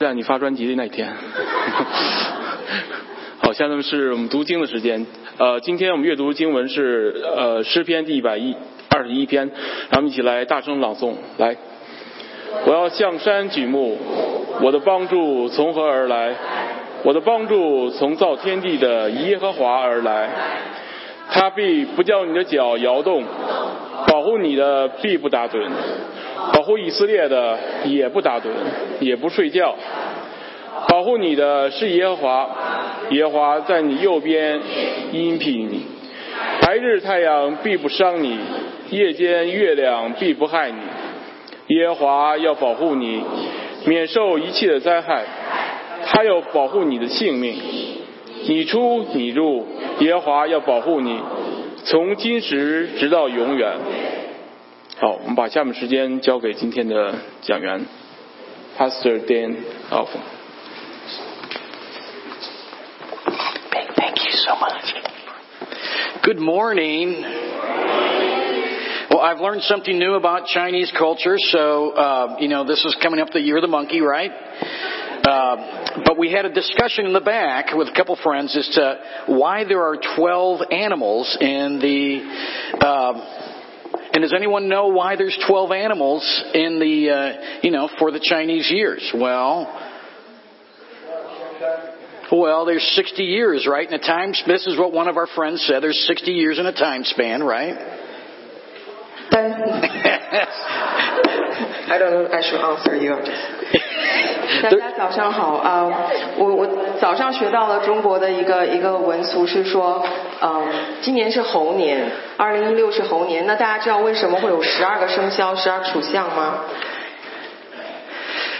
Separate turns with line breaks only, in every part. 在啊你发专辑的那一天。 好，下面是我们读经的时间。呃，今天我们阅读经文是呃诗篇第一百一二十一篇，让我们一起来大声朗诵。来，我要向山举目，我的帮助从何而来？我的帮助从造天地的耶和华而来。他必不叫你的脚摇动，保护你的必不打盹，保护以色列的也不打盹，也不睡觉。保护你的是耶和华，耶和华在你右边荫庇你。白日太阳必不伤你，夜间月亮必不害你。耶和华要保护你，免受一切的灾害。他要保护你的性命。你出你入，耶和华要保护你，从今时直到永远。好，我们把下面时间交给今天的讲员，Pastor Dan Alf。
Thank, thank you so much. Good morning. Well, I've learned something new about Chinese culture, so, uh, you know, this is coming up the year of the monkey, right? Uh, but we had a discussion in the back with a couple friends as to why there are 12 animals in the. Uh, and does anyone know why there's 12 animals in the, uh, you know, for the Chinese years? Well, well, there's 60 years, right? In a time, this is what one of our friends said. There's 60 years in a time span, right?
But I don't know. I should answer you. 大家早上好啊、我我早上学到了中国的一个一个文俗是说，嗯、今年是猴年，二零一六是猴年。那大家知道为什么会有十二个生肖、十二属相吗？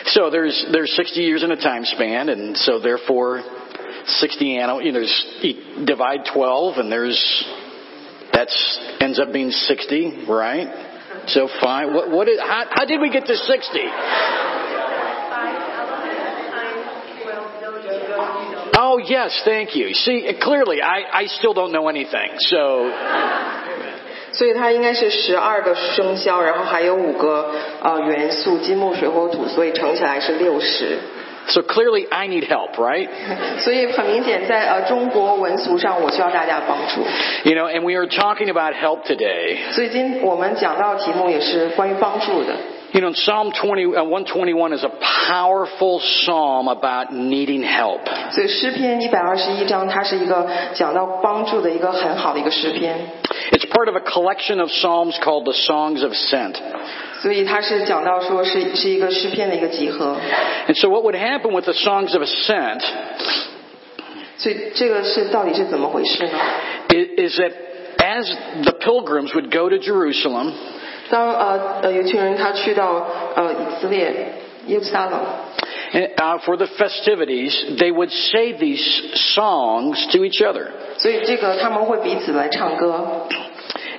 So there's there's 60 years in a time span, and so therefore, 60 animals. You know, there's you divide 12, and there's that's ends up being 60, right? So fine. What what? Is, how, how did we get to 60? Oh yes, thank you. See, clearly, I I still don't know anything. So.
所以它应该是十二个生肖，然后还有五个呃元素，金木水火土，所以乘起来是六十。
So clearly I need help, right?
所以很明显在，呃中国文俗上，我需要大家帮助。
You know, and we are talking about help today.
所以今我们讲到的题目也是关于帮助的。
You know, Psalm 20, uh, 121 is a powerful psalm about needing help.
所以诗篇一百二十一章，它是一个讲到帮助的一个很好的一个诗篇，
It's part of a collection of psalms called the Songs of Ascent.
所以它是讲到说是是一个诗篇的一个集合。
And so what would happen with the Songs of Ascent
所以这个是到底是怎么回事呢？
i- is that as the pilgrims would go to Jerusalem,
当呃呃有一群人他去到呃以色列耶路撒冷，
eh, uh, for the festivities, they would say these songs to each other.
所以这个他们会彼此来唱歌，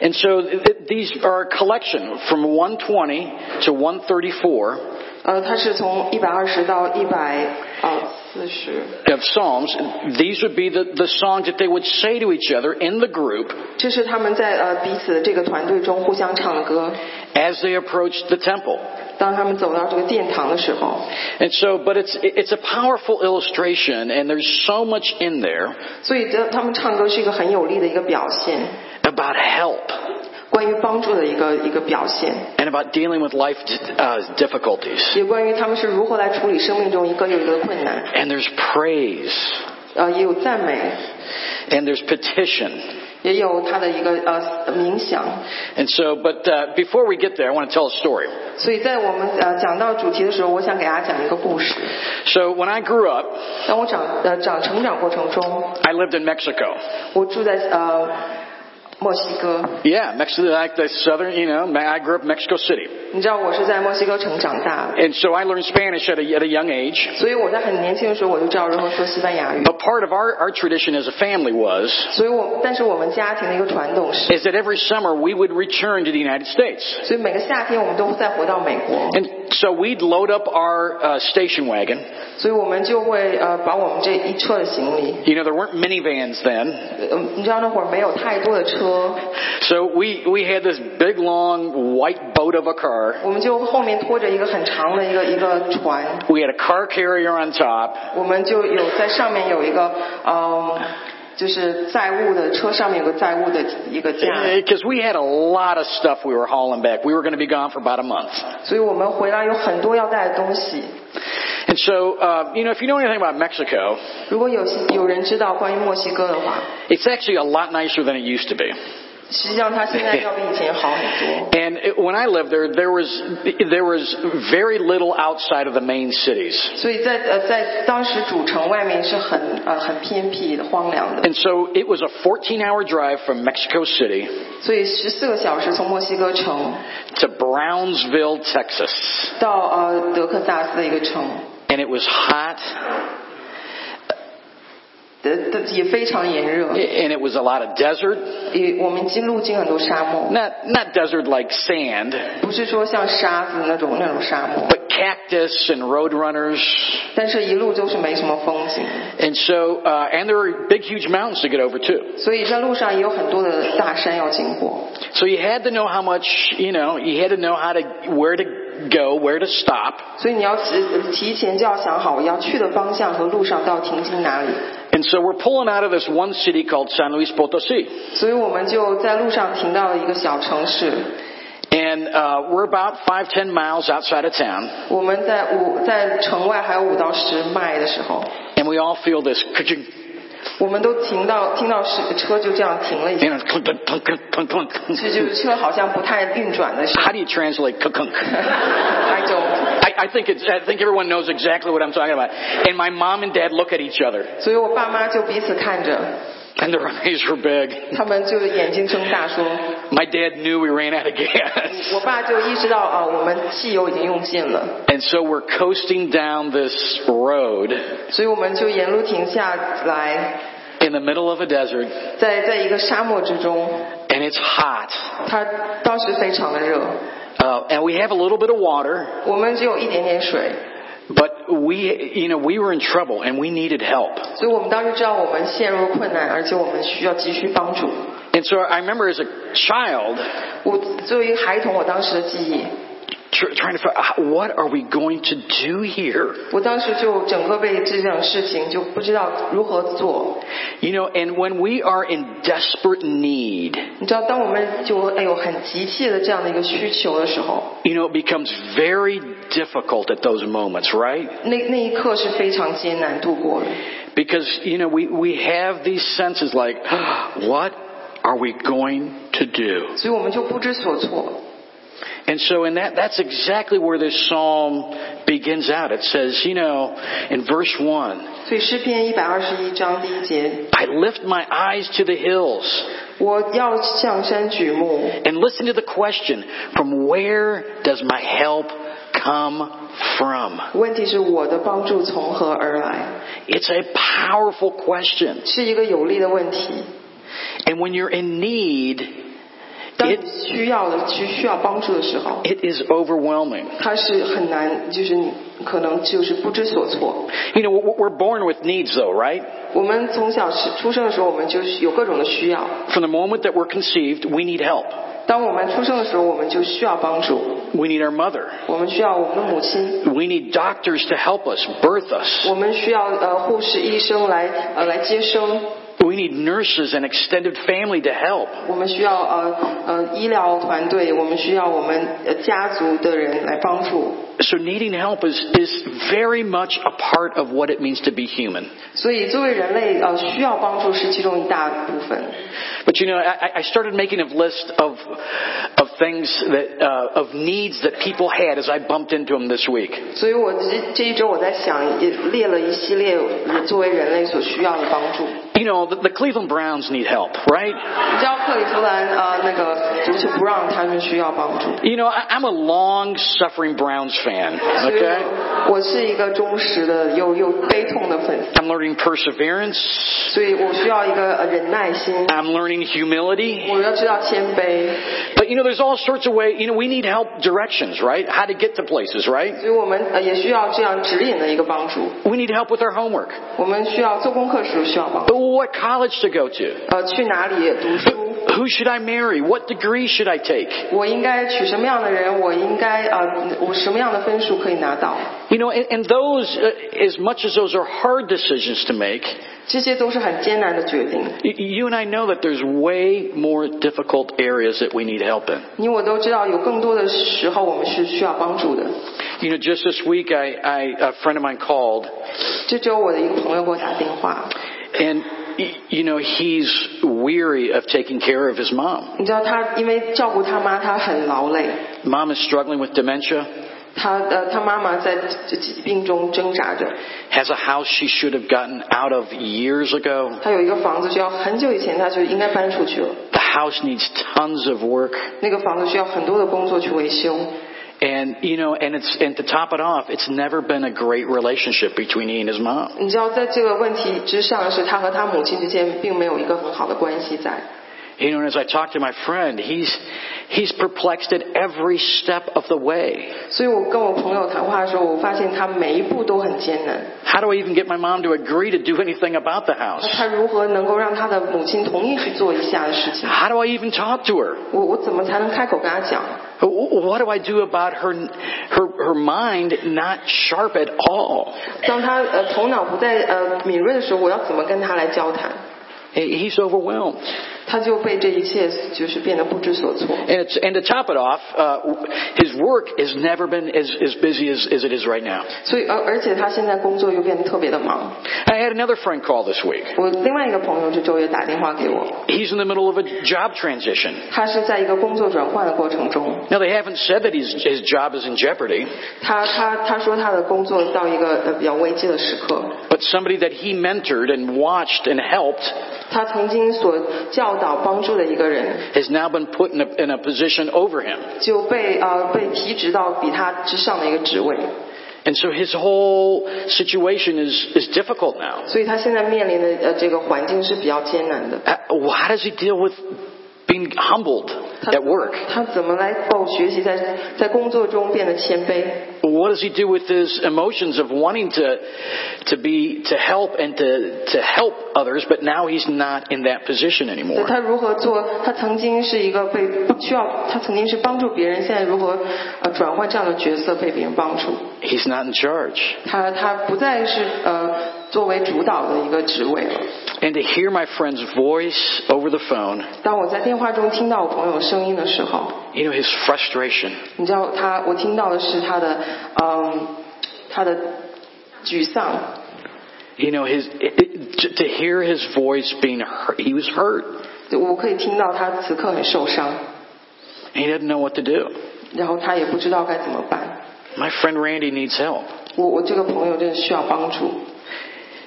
And so th- th- these are a collection from 120 to 134
呃它是从一百二十到一百呃四十
of Psalms. These would be the, the songs that they would say to each other in the group
这是他们在呃彼此的这个团队中互相唱的歌。
as they approached the temple.
当他们走到这个殿堂的时候，
And so, but it's, it's a powerful illustration and there's so much in there
所以这他们唱歌是一个很有力的一个表现，
about help
关于帮助的一个一个表现，
and about dealing with life uh, difficulties.
也关于他们是如何来处理生命中一个又一个的困难，
And there's praise
呃，也有赞美，
and there's petition.
也有他的一个呃冥想。
And so, but uh, before we get there, I want to tell a story.
所以在我们呃讲到主题的时候，我想给大家讲一个故事。
So when I grew up,
当我长呃长成长过程中，
I lived in Mexico.
我住在呃墨西哥，
Yeah, Mexico, like the southern, you know, Me- I grew up in Mexico City.
你知道我是在墨西哥城长大的，
And so I learned Spanish at a, at a young age.
所以我在很年轻的时候我就知道如何说西班牙语。
But part of our, our tradition as a family was,
所以我但是我们家庭的一个传统是，
is that every summer we would return to the United States.
所以每个夏天我们都再回到美国。
And And so we'd load up our uh, station wagon.
所以我们就会呃把我们这一车的行李，
You know, there weren't minivans then.
呃你知道那会儿没有太多的车，
So we, we had this big, long, white boat of a car.
我们就后面拖着一个很长的一个一个船，
We had a car carrier on top.
我们就有在上面有一个嗯，就是载物的车上面有个载物的一个架，
Because Uh, we had a lot of stuff we were hauling back. We were going to be gone for about a month.
所以我们回来有很多要带的东西。
And so, uh, you know, if you know anything about Mexico,
如果有有人知道关于墨西哥的话，
it's actually a lot nicer than it used to be.
实际上它现在要比以前好很多。
And it- when I lived there, there was, there was very little outside of the main cities.
所以在呃在当时主城外面是很呃很偏僻的荒凉的，
And so it was a 14 hour drive from Mexico City
所以十四个小时从墨西哥城
to Brownsville, Texas.
到呃德克萨斯的一个城，
And it was hot
的的也非常炎热，
and it was a lot of desert.
也我们经路经很多沙漠，
Not, not desert like sand,
不是说像沙子那种那种沙漠，
but cactus and roadrunners.
但是一路就是没什么风景，
And so, uh, and there were big, huge mountains to get over too.
所以在路上也有很多的大山要经过，
So you had to know how much, you know, you had to know how to, where to go, where to stop.
所以你要提提前就要想好我要去的方向和路上到停经哪里。
And so we're pulling out of this one city called San Luis Potosi.
所以我们就在路上停到了一个小城市，
And, uh, we're about five, ten miles outside of town.
我们在五在城外还有五到十迈的时候，
And we all feel this ka-ching,
我们都停到听到是车就这样停了一下，
you know, clunk, clunk, clunk, clunk, clunk, clunk.
这就是车好像不太运转的时候 哎
How do you translate clunk?
，I don't。
I, I think it's, I think everyone knows exactly what I'm talking about. And my mom and dad look at each other,
所以我爸妈就彼此看着，
and their eyes were big.
他们就眼睛睁大说，
My dad knew we ran out of gas,
我爸就意识到啊，我们汽油已经用尽了，
and so we're coasting down this road
所以我们就沿路停下来，
in the middle of a desert,
在在一个沙漠之中，
and it's hot,
它当时非常的热，
uh, and we have a little bit of water,
我们只有一点点水，
but we, you know, we were in trouble and we needed help.
所以我们当时知道我们陷入困难，而且我们需要急需帮助。
And so I remember as a child,
我作为一个孩童，我当时的记忆，
tr- trying to figure out what are we going to do here
我当时就整个被这种事情就不知道如何做。
you know and when we are in desperate need
你知道，当我们就哎呦很急切的这样的一个需求的时候，
you know it becomes very difficult at those moments right
那那一刻是非常艰难度过的，
because you know we, we have these senses like "Ah, what are we going to do
所以我们就不知所措。
and so in that that's exactly where this psalm begins out it says you know in verse 1
所以诗篇一百二十一章第一节，
i lift my eyes to the hills
我要向山举目，
And listen to the question from where does my help come from?
问题是我的帮助从何而来，
It's a powerful question.
是一个有力的问题。
And when you're in need,
当你
it,
需要的去需要帮助的时候，
it is overwhelming.
它是很难，就是你可能就是不知所措。
You know, we're- we're born with needs though, right?
我们从小是出生的时候，我们就是有各种的需要。
From the moment that we're conceived, we need help.
当我们出生的时候，我们就需要帮助，
We need our mother.
我们需要我们的母亲，
We need doctors to help us, birth us.
我们需要呃护士、医生来呃来接生，
We need nurses and extended family to help.
我们需要呃呃医疗团队，我们需要我们呃家族的人来帮助。
So needing help is, is very much a part of what it means to be human.
所以，作为人类，呃，需要帮助是其中一大部分。
But you know, I, I started making a list of of things that uh, of needs that people had as I bumped into them this week.
所以我这这一周我在想，也列了一系列作为人类所需要的帮助。
you know, the, the Cleveland Browns need help, right?
你知道克利夫兰呃那个足球不让他们需要帮助。
You know, I, I'm a long-suffering Browns fan.
所以
Okay,
我是一个忠实的又又悲痛的粉丝，
I'm learning perseverance.
所以我需要一个呃忍耐心，
I'm learning humility.
我要知道谦卑。
But you know, there's all sorts of ways. You know, we need help directions, right? How to get to places, right?
所以我们呃也需要这样指引的一个帮助。
We need help with our homework.
我们需要做功课时需要帮助，
What college to go to?
呃，去哪里读书？
Who should I marry? What degree should I take?
我应该娶什么样的人？我应该呃，我什么样的分数可以拿到？
You know, and, and those, uh, as much as those are hard decisions to make,
这些都是很艰难的决定。
y- you and I know that there's way more difficult areas that we need help in.
你我都知道，有更多的时候我们是需要帮助的。
You know, just this week, I, I a friend of mine called,
这周我的一个朋友给我打电话，
and y- you know, he's weary of taking care of his mom.
你知道他因为照顾他妈，他很劳累。
Mom is struggling with dementia,
他呃，他妈妈在这疾病中挣扎着，
has a house she should have gotten out of years ago.
他有一个房子需要很久以前他就应该搬出去了，
The house needs tons of work,
那个房子需要很多的工作去维修。
and you know, and it's and to top it off, it's never been a great relationship between he and his mom.
你知道，在这个问题之上，是他和他母亲之间并没有一个很好的关系在。
You know, and as I talked to my friend, he's he's perplexed at every step of the way.
所以我跟我朋友谈话的时候，我发现他每一步都很艰难。
How do I even get my mom to agree to do anything about the
那
house?
他如何能够让他的母亲同意去做以下的事情？
How do I even talk to her?
我我怎么才能开口跟他讲？
What do I do about her her her mind not sharp at all?
当他呃头脑不再呃敏锐的时候，我要怎么跟他来交谈？
He's overwhelmed.
他就被这一切就是变得不知所措。
And, it's, and to top it off, uh, his work has never been as, as busy as, as it is right now.
所以而而且他现在工作又变得特别的忙。
I had another friend call this week.
我另外一个朋友这周也打电话给我，
He's in the middle of a job transition.
他是在一个工作转换的过程中，
Now, they haven't said that his, his job is in jeopardy,
他他他说他的工作到一个呃比较危机的时刻。
but somebody that he mentored and watched and helped
他曾经所教导帮助的一个人，
has now been put in a, in a position over him.
就被呃被提职到比他之上的一个职位，
And so his whole situation is, is difficult now.
所以他现在面临的呃这个环境是比较艰难的。
Uh, How does he deal with being humbled
他
at work?
他怎么来够学习在在工作中变得谦卑？
What does he do with his emotions of wanting to, to be, to help and to, to help others, but now he's not in that position
对
anymore?
他如何做？他曾经是一个被需要，他曾经是帮助别人，现在如何呃转换这样的角色被别人帮助？
He's not in charge.
他他不再是呃作为主导的一个职位了。
And to hear my friend's voice over the phone,
当我在电话中听到我朋友声音的时候，
you know, his frustration,
你知道他，我听到的是他的，嗯，他的沮丧，
you know, his, it, it, to hear his voice being hurt, he was hurt.
就我可以听到他此刻很受伤，
He doesn't know what to do.
然后他也不知道该怎么办。
My friend Randy needs help.
我我这个朋友真的需要帮助。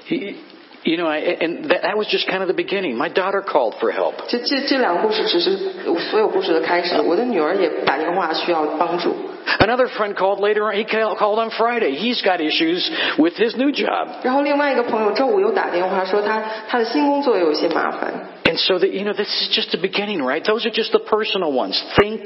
He, you know, I, and that, that was just kind of the beginning. My daughter called for help.
这这这两个故事只是所有故事的开始。我的女儿也打电话需要帮助。
Another friend called later on. He ca- called on Friday. He's got issues with his new job.
然后另外一个朋友周五又打电话说他他的新工作有一些麻烦，
And so that, you know, this is just the beginning, right? Those are just the personal ones. Think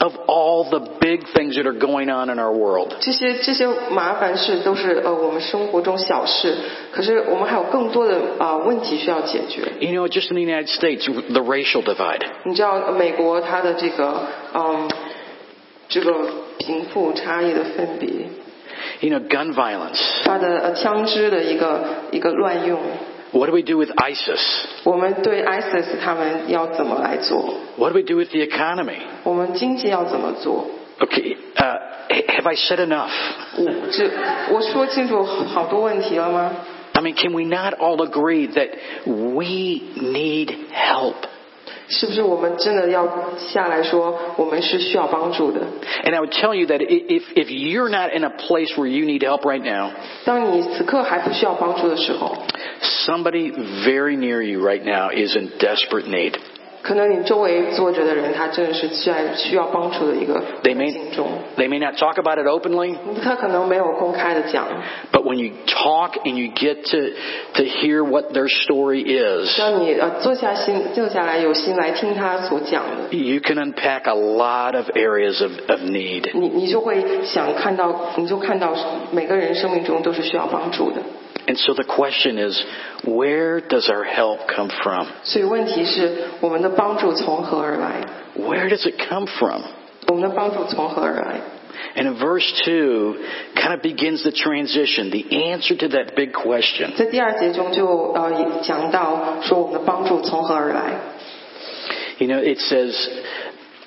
of all the big things that are going on in our world.
这些这些麻烦事都是呃我们生活中小事，可是我们还有更多的呃问题需要解决。
You know, just in the United States, the racial divide.
你知道美国它的这个嗯，这个贫富差异的分别，
You know, gun violence.
它的呃枪支的一个一个乱用，
What do we do with ISIS?
我们对 ISIS 他们要怎么来做？
What do we do with the economy?
我们经济要怎么做？
Okay, uh, have I said enough?
我这我说清楚好多问题了吗？
I mean, can we not all agree that we need help?
是不是我们真的要下来说，我们是需要帮助的？
And I would tell you that i- if, if you're not in a place where you need help right now,
当你此刻还不需要帮助的时候，
somebody very near you right now is in desperate need.
可能你周围坐着的人，他真的是需要需要帮助的一个
They may,
境中，
they may not talk about it openly,
他可能没有公开的讲，
but when you talk and you get to, to hear what their story is,
当你呃坐下心静下来，有心来听他所讲的，
you can unpack a lot of areas of, of need.
你你就会想看到，你就看到每个人生命中都是需要帮助的。
And so the question is, where does our help come from?
所以问题是，我们的帮助从何而来？
Where does it come from?
我们的帮助从何而来？
And in verse 2, kind of begins the transition, the answer to that big question.
在第二节中就呃也讲到说我们的帮助从何而来。
You know, it says,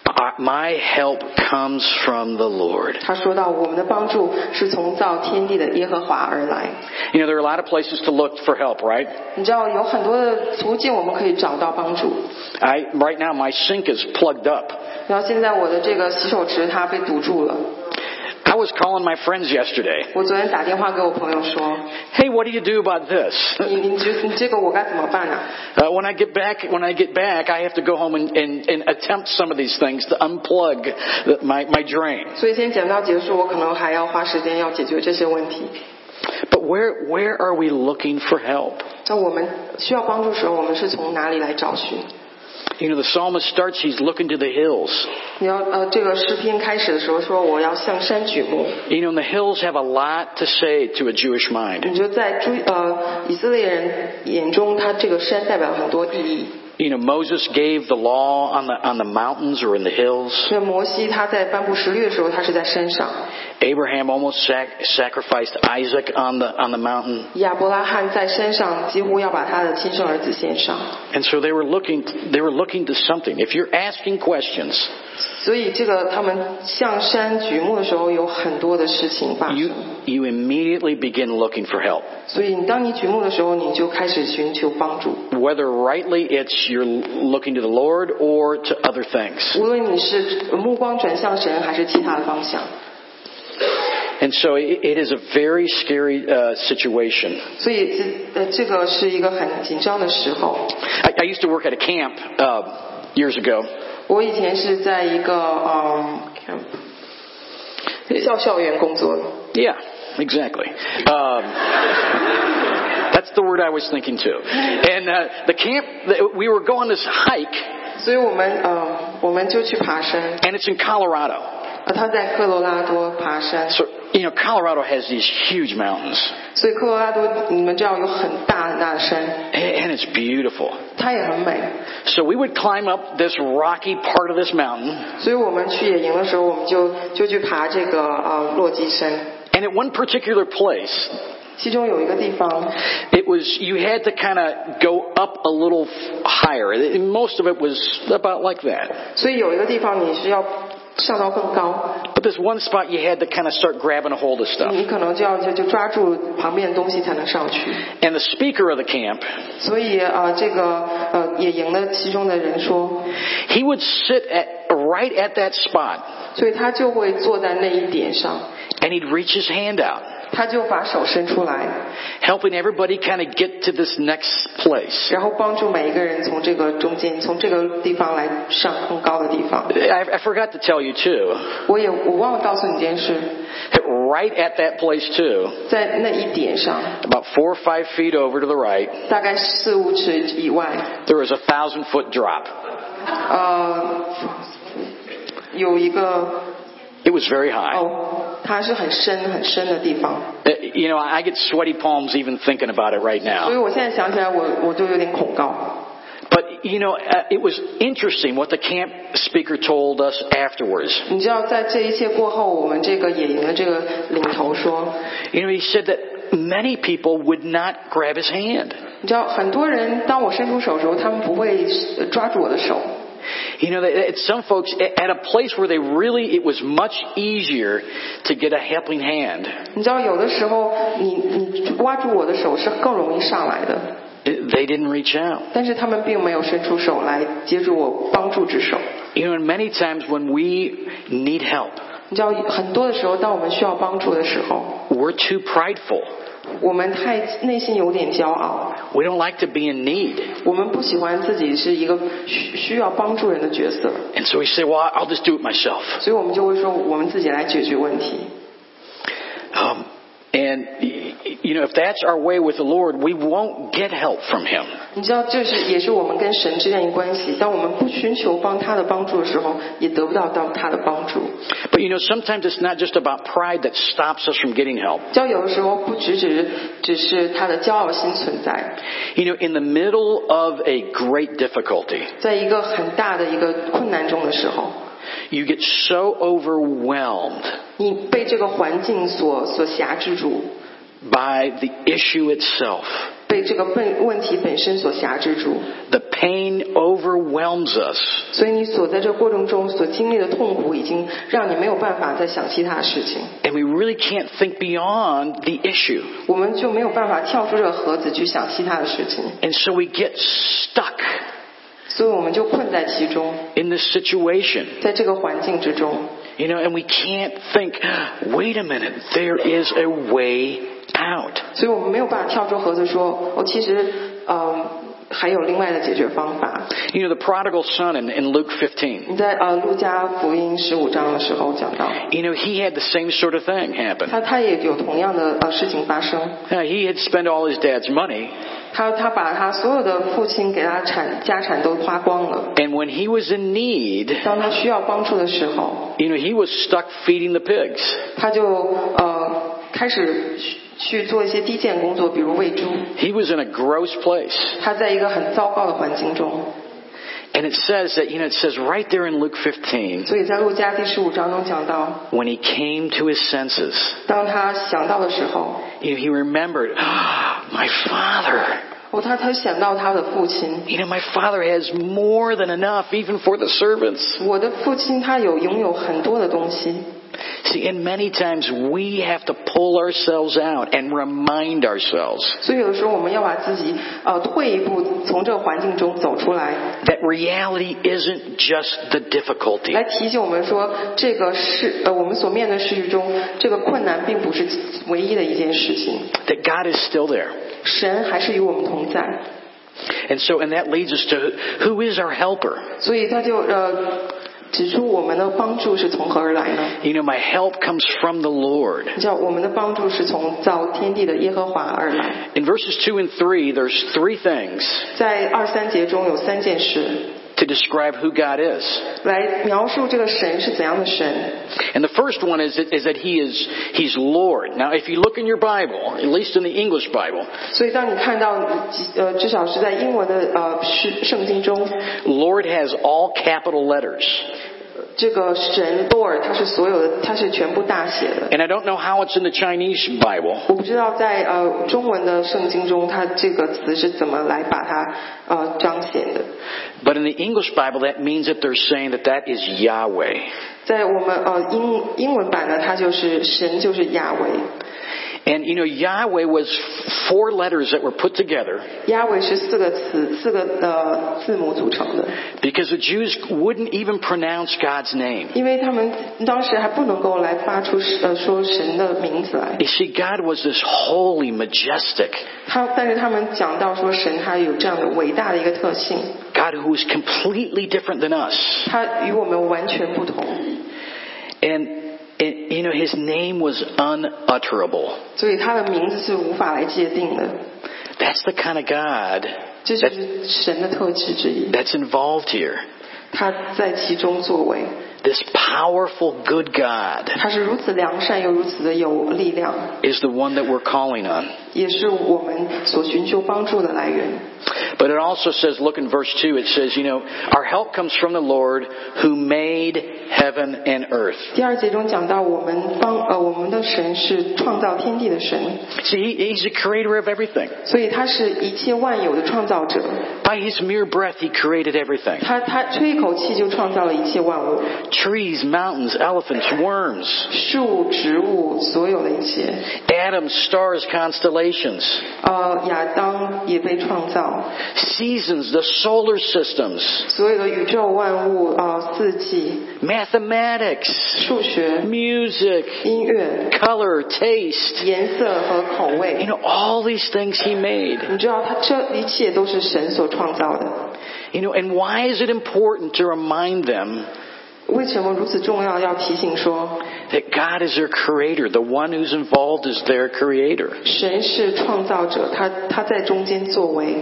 "I- My help comes from the Lord.
他说到我们的帮助是从造天地的耶和华而来。
You know, there are a lot of places to look for help, right?
你知道有很多的途径我们可以找到帮助。
I, right now, my sink is plugged up.
然后现在我的这个洗手池它被堵住了。
I was calling my friends yesterday.
我昨天打电话给我朋友说，
Hey, what do you do about this?
你你觉你这个我该怎么办啊呢、
Uh, when I get back, when I get back, I have to go home and, and, and attempt some of these things to unplug the, my, my drain.
所以今天讲到结束，我可能还要花时间要解决这些问题。
But where, where are we looking for help?
那我们需要帮助时候，我们是从哪里来找寻？
You know, the psalmist starts, he's looking to the hills.
你要呃，这个诗篇开始的时候说我要向山举目，
You know, and the hills have a lot to say to a Jewish mind.
你就在追呃以色列人眼中，他这个山代表很多意义。
You know, Moses gave the law on the, on the mountains or in the hills.
所以摩西他在颁布十律的时候，他是在山上；
Abraham almost sac- sacrificed Isaac on the, on the mountain.
亚伯拉罕在山上几乎要把他的亲生儿子献上。
And so they were looking, they were looking to something. If you're asking questions,
所以这个他们向山举目的时候，有很多的事情发生
you,。you immediately begin looking for help.
所以你当你举目的时候，你就开始寻求帮助。
Whether rightly it's you're looking to the Lord or to other things.
无论你是呃目光转向神，还是其他的方向，
And so it, it is a very scary uh, situation.
所以这呃这个是一个很紧张的时候。
I, I used to work at a camp uh, years ago.
我以前是在一个嗯 camp 校校园工作的，
Yeah, exactly. Um, that's the word I was thinking too. And uh, the camp, we were going this hike,
所以我们呃我们就去爬山。
and it's in Colorado.
呃，他在科罗拉多爬山，
So you know, Colorado has these huge mountains,
所以科罗拉多你们知道有很大很大的山，
and, and it's beautiful.
它也很美。
So we would climb up this rocky part of this mountain,
所以我们去野营的时候，我们就就去爬这个呃落基山。
and at one particular place,
其中有一个地方，
It was you had to kind of go up a little f- higher. It- Most of it was about like that,
所以有一个地方你是要上到更高，
but this one spot you had to kind of start grabbing a hold of stuff.
你可能就要就就抓住旁边的东西才能上去。
And the speaker of the camp,
所以呃，这个呃野营的其中的人说，
he would sit at right at that spot,
所以他就会坐在那一点上，
and he'd reach his hand out,
他就把手伸出来，
helping everybody kind of get to this next place.
然后帮助每一个人从这个中间，从这个地方来上更高的地方。
I, I forgot to tell you too.
我也我忘了告诉你一件事，
Right at that place too,
在那一点上，
about four or five feet over to the right,
大概四五尺以外，
there was a thousand foot drop.
呃，有一个
It was very high.
Oh. 哦，它是很深很深的地方，
Uh, You know, I get sweaty palms even thinking about it right
所以
now.
我现在想起来我，我就有点恐高。
But, you know, uh, it was interesting what the camp speaker told us afterwards.
你知道，在这一切过后，我们这个野营的这个领头说，
You know, he said that many people would not grab his hand.
你知道，很多人当我伸出手的时候，他们不会呃抓住我的手。
You know, that- that some folks a- at a place where they really it was much easier to get a helping hand. uh,
你知道，有的时候你你挖住我的手是更容易上来的，
They didn't reach out.
但是他们并没有伸出手来接住我帮助之手。
You know, and many times when we need help,
你知道，很多的时候，当我们需要帮助的时候，
we're too prideful.
我们太内心有点骄傲，
We don't like to be in need.
我们不喜欢自己是一个需需要帮助人的角色，
And so we say, well, I'll just do it myself.
所以我们就会说，我们自己来解决问题。
Um, and, y- y- you know, if that's our way with the Lord, we won't get help from Him.
你知道，这是也是我们跟神之间的关系。当我们不寻求帮他的帮助的时候，也得不到到他的帮助。
But, you know, sometimes it's not just about pride that stops us from getting help.
交友的时候，不只只只是他的骄傲心存在，
You know, in the middle of a great difficulty,
在一个很大的一个困难中的时候，
you get so overwhelmed
你被这个环境所所辖制住，
by the issue itself.
被这个问问题本身所辖制住，
The pain overwhelms us.
所以你所在这过程中所经历的痛苦，已经让你没有办法再想其他事情，
And we really can't think beyond the issue.
我们就没有办法跳出这个盒子去想其他的事情，
And so we get stuck
所以我们就困在其中，
in this situation.
在这个环境之中。
You know, and we can't think, wait a minute, there is a way out.
所以我们没有办法跳出盒子说，哦，其实，嗯，还有另外的解决方法。
You know, the prodigal son in, in Luke 15,
你在呃路加福音十五章的时候讲到，
you know, he had the same sort of thing happen.
他他也有同样的呃事情发生，
Now, he had spent all his dad's money,
他他把他所有的父亲给他产家产都花光了，
and when he was in need,
当他需要帮助的时候，
you know, he was stuck feeding the pigs.
他就呃开始去去做一些低贱工作，比如喂猪。
He was in a gross place.
他在一个很糟糕的环境中，
And it says that, you know, it says right there in Luke 15,
所以在路加第十五章中讲到，
when he came to his senses,
当他想到的时候，
you know, he remembered, ah, my father.
哦，他他想到他的父亲，
You know, my father has more than enough, even for the servants.
我的父亲他有拥有很多的东西，
See, and many times we have to pull ourselves out and remind ourselves
所以有的时候我们要把自己呃退一步，从这个环境中走出来，
that reality isn't just the difficulty.
来提醒我们说，这个事呃我们所面对的事情中，这个困难并不是唯一的一件事情，
That God is still there.
神还是与我们同在，
And so, and that leads us to who is our helper?
所以他就呃指出我们的帮助是从何而来呢？
You know, my help comes from the Lord.
你知道我们的帮助是从造天地的耶和华而来，
In verses 2 and 3, there's three things
在二三节中有三件事
to describe who God is.
来描述这个神是怎样的神。
And the first one is that, is that he is he's Lord. Now, if you look in your Bible, at least in the English Bible,
所以，当你看到呃，至少是在英文的呃是圣经中，
Lord has all capital letters.
这个神 Lord 它是所有的，它是全部大写的。
And I don't know how it's in the Chinese Bible,
我不知道在呃中文的圣经中，它这个词是怎么来把它呃彰显的。
but in the English Bible, that means that they're saying that that is Yahweh.
在我们呃英英文版呢，它就是神就是亚维，
And you know, Yahweh was four letters that were put together
亚维是四个词四个呃字母组成的，
because the Jews wouldn't even pronounce God's name.
因为他们当时还不能够来发出呃说神的名字来，
You see, God was this holy, majestic
他但是他们讲到说神他有这样的伟大的一个特性，
God who was completely different than us.
他与我们完全不同，
And, and you know, his name was unutterable.
所以他的名字是无法来界定的。
That's the kind of God
这就
that,
是神的特质之一，
that's involved here.
他在其中作为，
This powerful, good God
他是如此良善又如此的有力量，
is the one that we're calling on.
也是我们所寻求帮助的来源。
But it also says, look in verse 2, it says, you know, our help comes from the Lord who made heaven and earth.
第二节中讲到，我们帮呃我们的神是创造天地的神，
See, he- he's the creator of everything.
所以他是一切万有的创造者。
By his mere breath, he created everything
他他吹一口气就创造了一切万物，
trees, mountains, elephants, worms,
树、植物，所有的一切。
atoms, stars, constellations,
呃，亚当也被创造，
seasons, the solar systems,
所有的宇宙万物啊、呃四季、
mathematics,
数学、
music,
音乐、
color, taste.
颜色和口
You
味。
know, all these things he made.
你知道，他这一切都是神所创造的。
You know, and why is it important to remind them
为什么如此重要？要提醒说，
that God is their creator? The one who's involved is their creator.
神是创造者，他他在中间作为。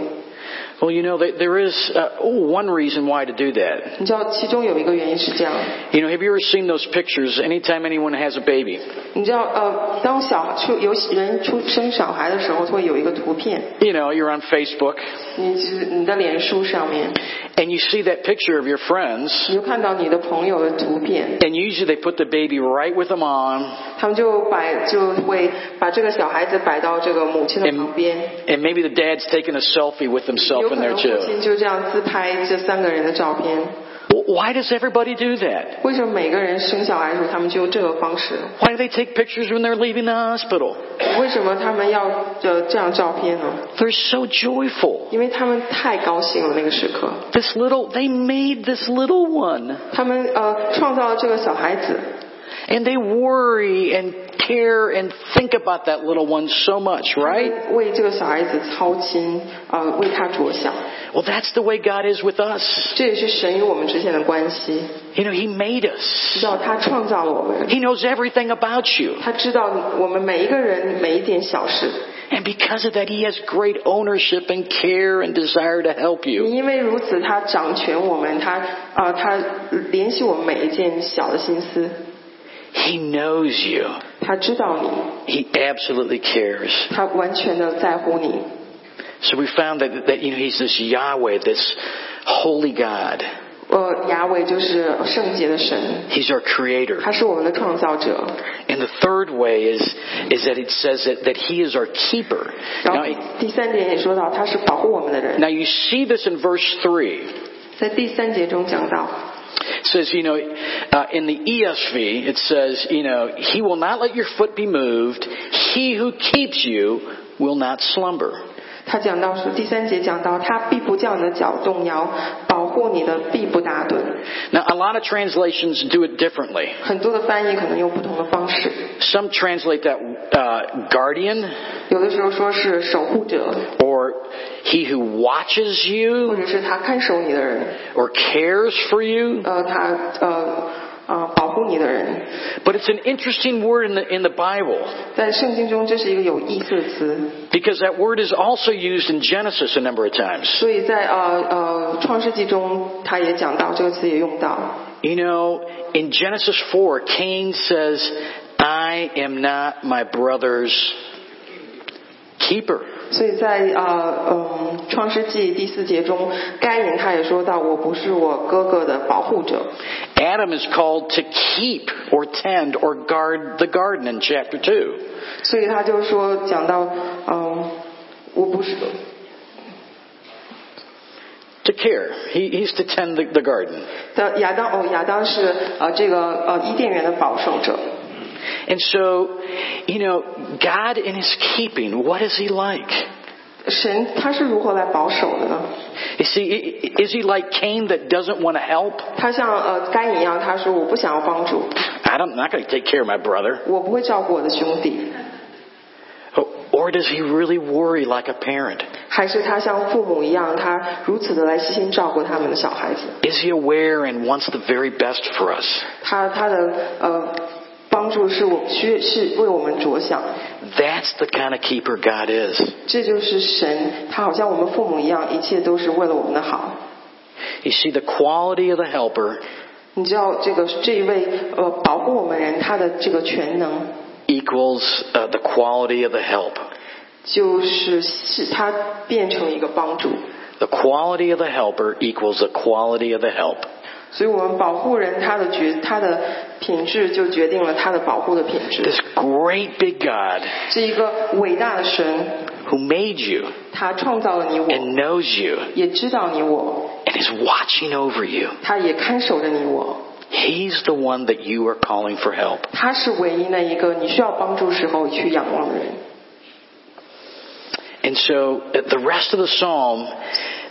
Well, you know, there there is uh, one reason why to do that.
你知道，其中有一个原因是这样。
You know, have you ever seen those pictures anytime anyone has a baby?
你知道，呃，当小出有人出生小孩的时候，会有一个图片，
You know, you're on Facebook
你就是你的脸书上面，
and you see that picture of your friends
你就看到你的朋友的图片，
and usually they put the baby right with them on
他们就摆就会把这个小孩子摆到这个母亲的旁边，
and maybe the dad's taking a selfie with himself
有可
and their
能父
child.
亲就这样自拍这三个人的照片。
Well, Why does everybody do that?
为什么每个人生小孩的时候，他们就用这个方式？
Why do they take pictures when they're leaving the hospital?
为什么他们要呃这样照片呢？
They're so joyful.
因为他们太高兴了那个时刻，
This little, they made this little one.
他们呃创造了这个小孩子，
And they worry and care and think about that little one so much, right?
为这个小孩子操心，呃为他着想，
Well, that's the way God is with us.
这也是神与我们之间的关系。
You know, He made
知
us.
道他创造了我们，
He knows everything about you.
他知道我们每一个人每一点小事。
And because of that, He has great ownership and care and desire to help you.
因为如此，他掌权我们，他呃他联系我们每一件小的心思，
He knows you.
他知道你，
He absolutely cares.
他完全的在乎你。
So we found that, that you know, He's this Yahweh, this holy God.
呃，雅伟就是圣洁的神，
He's our creator.
他是我们的创造者。
And the third way is, is that it says that, that He is our keeper.
然后
Now,
第三点也说到，他是保护我们的人。
Now you see this in verse 3. It
在第三节中讲到，
says, you know, uh, in the ESV, it says, you know, he will not let your foot be moved. He who keeps you will not slumber.
他讲到说，第三节讲到，他必不叫你的脚动摇，保护你的必不打盹。
Now, a lot of translations do it differently.
很多的翻译可能用不同的方式，
Some translate that uh, guardian
有的时候说是守护者，
or he who watches
或
you
者是他看守你的人，
or cares for you.
呃，他呃呃保护你的人。
But it's an interesting word in the, in the Bible
在圣经中，这是一个有意思的词，
because that word is also used in Genesis a number of times.
所以在呃呃创世纪中，他也讲到这个词也用到。
You know, in Genesis 4, Cain says, I am not my brother's keeper.
所以在呃嗯创世纪第四节中，该隐他也说到，我不是我哥哥的保护者。
Adam is called to keep or tend or guard the garden in chapter 2.
所以他就说讲到，嗯，我不是，
To care. He, he's to tend the, the garden.
的亚当哦，亚当是呃这个呃伊甸园的保守者。
And so, you know, God in his keeping, what is he like?
神他是如何来保守的呢？
You see, i- i- is he like Cain that doesn't want to help?
他像呃该隐一样，他说我不想要帮助，
I don't, I'm not going to take care of my brother.
我不会照顾我的兄弟，
Or does he really worry like a parent?
还是他像父母一样，他如此的来细心照顾他们的小孩子，
Is he aware and wants the very best for us?
他他的呃帮助是我需是为我们着想，
That's the kind of keeper God is.
这就是神，他好像我们父母一样，一切都是为了我们的好。
You see, the quality of the helper
你知道这个这一位呃保护我们人他的这个全能，
equals uh, the quality of the help.
就是是他变成一个帮助。
The quality of the helper equals the quality of the help.
所以我们保护人他的决他的品质就决定了他的保护的品质。
This great big God
是一个伟大的神，
who made you
他创造了你我，
and knows you
也知道你我，
and is watching over you.
他也看守着你我。
He's the one that you are calling for help.
他是唯一那一个你需要帮助时候去仰望的人。
And so uh, the rest of the psalm,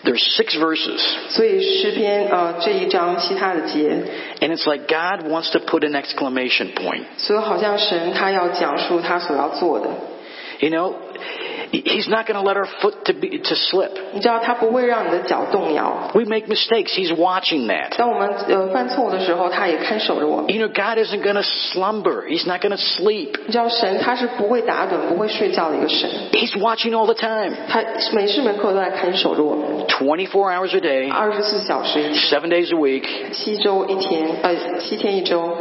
there's six verses,
所以诗篇呃这一章其他的节，
and it's like God wants to put an exclamation point.
所以好像神他要讲述他所要做的，
You know, He's not going to let our foot to be to slip.
你知道他不会让你的脚动摇。
We make mistakes. He's watching that.
当我们呃犯错误的时候，他也看守着我们。
You know, God isn't going to slumber. He's not going to sleep.
你知道神他是不会打盹、不会睡觉的一个神，
He's watching all the time,
他每时每刻都在看守着我们，
24 hours a day,
二十四小时一天，呃
seven days a week,
七周一天，呃，七天一周，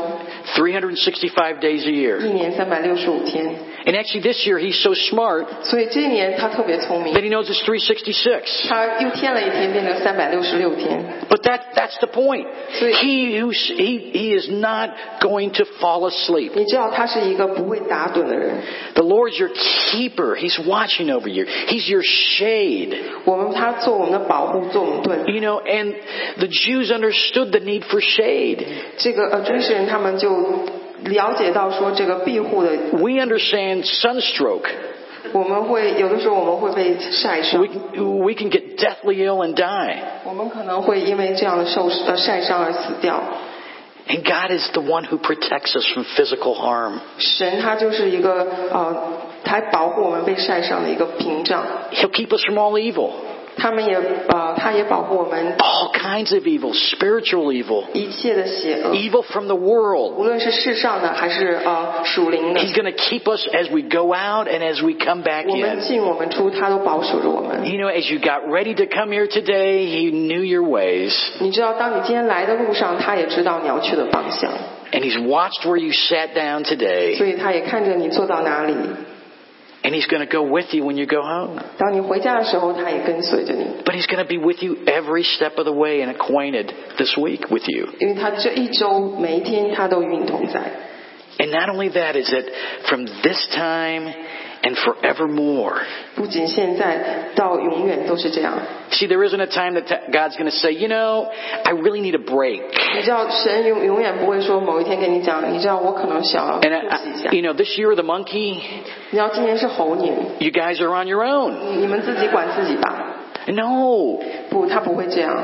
365 days a
一
year.
年三百六十五天。
And actually, this year he's so smart
所以这一年他特别聪明
that，he knows it's 366.
他又添了一天，变成三百六十六天。
But that, that's the point.
So-
He, who, s- he, he is not going to fall asleep.
你知道他是一个不会打盹的人，
The Lord's your keeper. He's watching over you. He's your shade.
我们他做我们的保护，做我们盾。
You know, and the Jews understood the need for shade.
这个呃，追世人他们就了解到说这个庇护的，
We understand sunstroke.
我们会有的时候我们会被晒
We
伤，
can, we can get deathly ill and die.
我们可能会因为这样的受呃晒伤而死掉。
And God is the one who protects us from physical harm.
神他就是一个呃，他保护我们被晒伤的一个屏障，
He'll keep us from all evil,
他们也呃，他也保护我们
all kinds of evil, spiritual evil,
一切的邪恶，
evil from the world.
无论是世上的还是呃属灵的，
He's going to keep us as we go out and as we come back
我们
in.
进我们出，他都保守着我们。
You know, as you got ready to come here today, He knew your ways,
你知道，当你今天来的路上，他也知道你要去的方向，
and He's watched where you sat down today,
所以他也看着你坐到哪里。
and He's going to go with you when you go home.
当你回家的时候，他也跟随着你，
But He's going to be with you every step of the way and acquainted this week with you.
因为他这一周每一天他都与你同在。
And not only that, is that from this time and forevermore.
不仅现在到永远都是这样。
See, there isn't a time that t- God's going to say, you know, I really need a break.
你知道，神永永远不会说某一天跟你讲，你知道我可能想要
And, I,
休息一下
I- you。know, this year, the monkey,
你知道今年是猴年，
you guys are on your own.
你们自己管自己吧。
No.
不，他不会这样。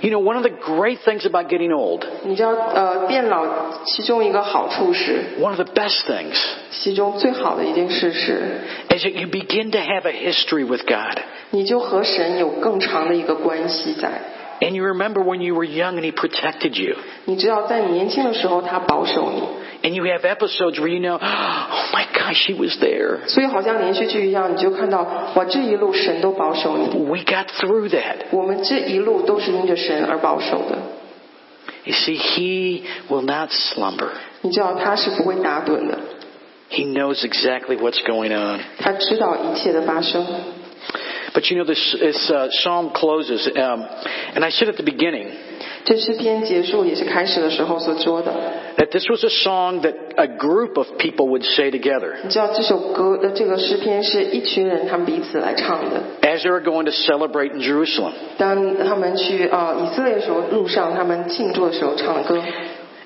You know, one of the great things about getting old,
你知道，呃，变老其中一个好处是，
one of the best things,
其中最好的一件事是，
is that you begin to have a history with God.
你就和神有更长的一个关系在。
And you remember when you were young and He protected you.
你知道，在你年轻的时候，他保守你，
And you have episodes where you know, oh my gosh, He was there.
所以好像连续剧一样，你就看到，哇，这一路神都保守你。
We got through that.
我们这一路都是因着神而保守的。
You see, He will not slumber.
你知道他是不会打盹的，
He knows exactly what's going on.
他知道一切的发生。
But you know, this, this uh, psalm closes, um, and I said at the beginning
这诗篇结束也是开始的时候所说的。
that this was a song that a group of people would say together
你知道这首歌的这个诗篇是一群人他们彼此来唱的。
as they were going to celebrate in Jerusalem.
当他们去呃以色列的时候，路上他们庆祝的时候唱的歌，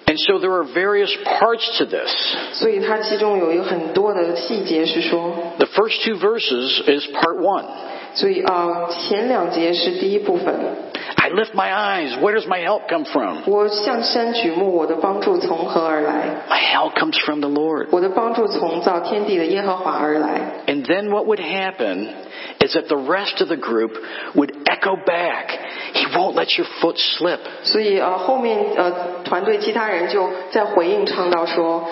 And so there are various parts to this.
所以它其中有有很多的细节是说，
The first two verses is part one.
所以呃前两节是第一部分，
I lift my eyes. Where does my help come from?
我向山举目，我的帮助从何而来？
My help comes from the Lord.
我的帮助从造天地的耶和华而来。
And then what would happen is that the rest of the group would echo back. He won't let your foot slip.
所以呃，后面呃，团队其他人就在回应唱到说，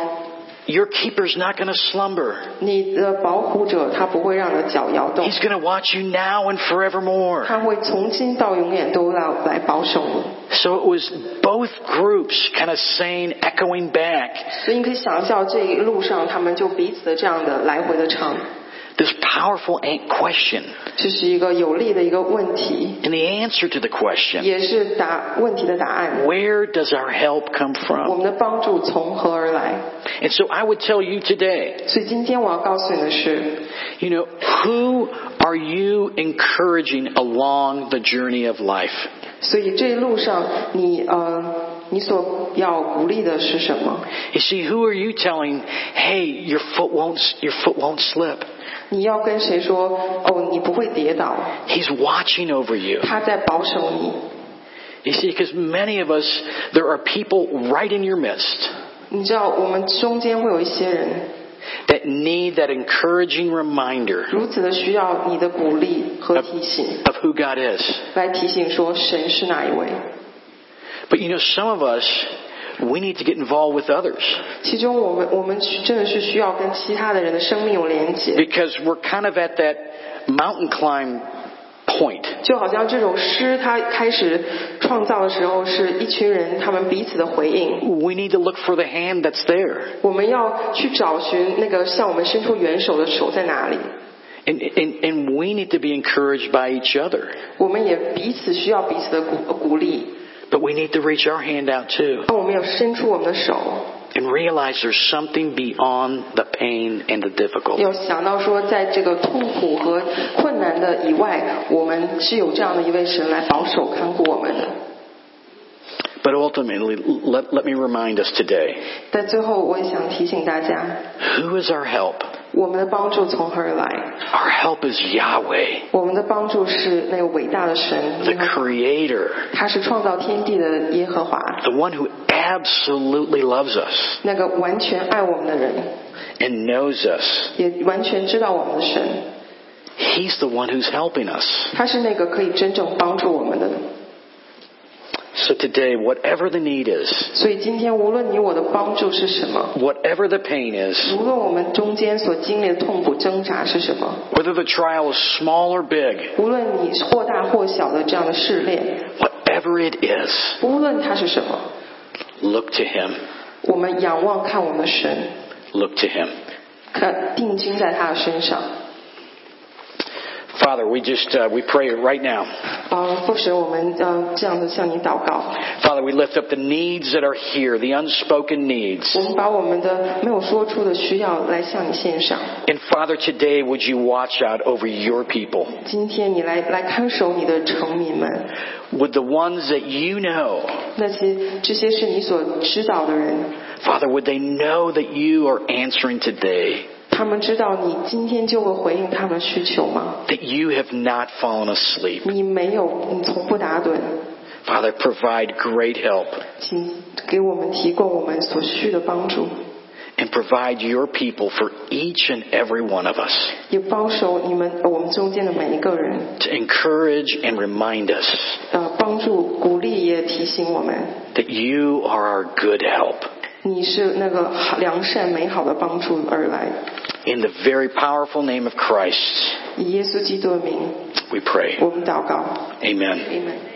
Your keeper's not going to slumber.
你的保护者他不会让你的脚摇动，
He's going to watch you now and forevermore.
他会从今到永远都要来保守你。
So it was both groups kind of saying, echoing back,
所以你可以想象这一路上他们就彼此的这样的来回的唱，
This powerful an- question.
这是一个有力的一个问题，
And the answer to the question
也是答问题的答案。
where does our help come
我
from?
们的帮助从何而来？
And so I would tell you today,
所以今天我要告诉你的是，
you know, who are you encouraging along the journey of life?
所以这一路上你呃，你所要鼓励的是什么？
You see, who are you telling, hey, your foot won't, your foot won't slip?
你要跟谁说？哦，你不会跌倒，
He's watching over you.
他在保守你。
You see, because many of us, there are people right in your midst
你知道，我们中间会有一些人
that need that encouraging reminder
如此的需要你的鼓励和提醒，
of who God is.
来提醒说神是哪一位。
But you know, some of us, we need to get involved with others
其中，我们我们真的是需要跟其他的人的生命有连接，
because we're kind of at that mountain climb point.
就好像这首诗它开始创造的时候，是一群人他们彼此的回应。
We need to look for the hand that's there.
我们要去找寻那个向我们伸出援手的手在哪里，
And, and, and we need to be encouraged by each other.
我们也彼此需要彼此的鼓鼓励。
But we need to reach our hand out too
那我们要伸出我们的手，
and realize there's something beyond the pain and the difficult.
要想到说，在这个痛苦和困难的以外，我们是有这样的一位神来保守看顾我们的。
But ultimately, let, let me remind us today
但最后，我也想提醒大家，
who is our help?
我们的帮助从何而来？
Our help is Yahweh,
我们的帮助是那个伟大的
the
神，
Creator,
他是创造天地的耶和华，
the one who absolutely loves us
那个完全爱我们的人，
and knows us.
也完全知道我们的神，
He's the one who's helping us.
他是那个可以真正帮助我们的。
So today, whatever the need is,
所以今天，无论你我的帮助是什么，
whatever the pain is,
无论我们中间所经历的痛苦挣扎是什么，
whether the trial is small or big,
无论你或大或小的这样的试炼，
whatever it is,
无论它是什么，
look to Him.
我们仰望看我们的神，
Look to Him.
看定睛在他的身上。
Father, we just uh, we pray right now.
呃，父神，我们呃这样的向你祷告，
Father, we lift up the needs that are here, the unspoken needs.
我们把我们的没有说出的需要来向你献上。
And Father, today would you watch out over your people?
今天你来来看守你的臣民们，
Would the ones that you know,
那些这些是你所知道的人，
Father, would they know that you are answering today?
他们知道你今天就会回应他们的需求吗？
That you have not fallen asleep.
你没有，你从不打盹，
Father, provide great help
请给我们提供我们所需的帮助，
and provide your people for each and every one of us
也保守你们我们中间的每一个人，
to encourage and remind us
呃，帮助、鼓励也提醒我们，
that you are our good help.
你是那个良善美好的帮助而来。
In the very powerful name of Christ,
以耶稣基督的名，
we pray.
我们祷告
Amen.
a m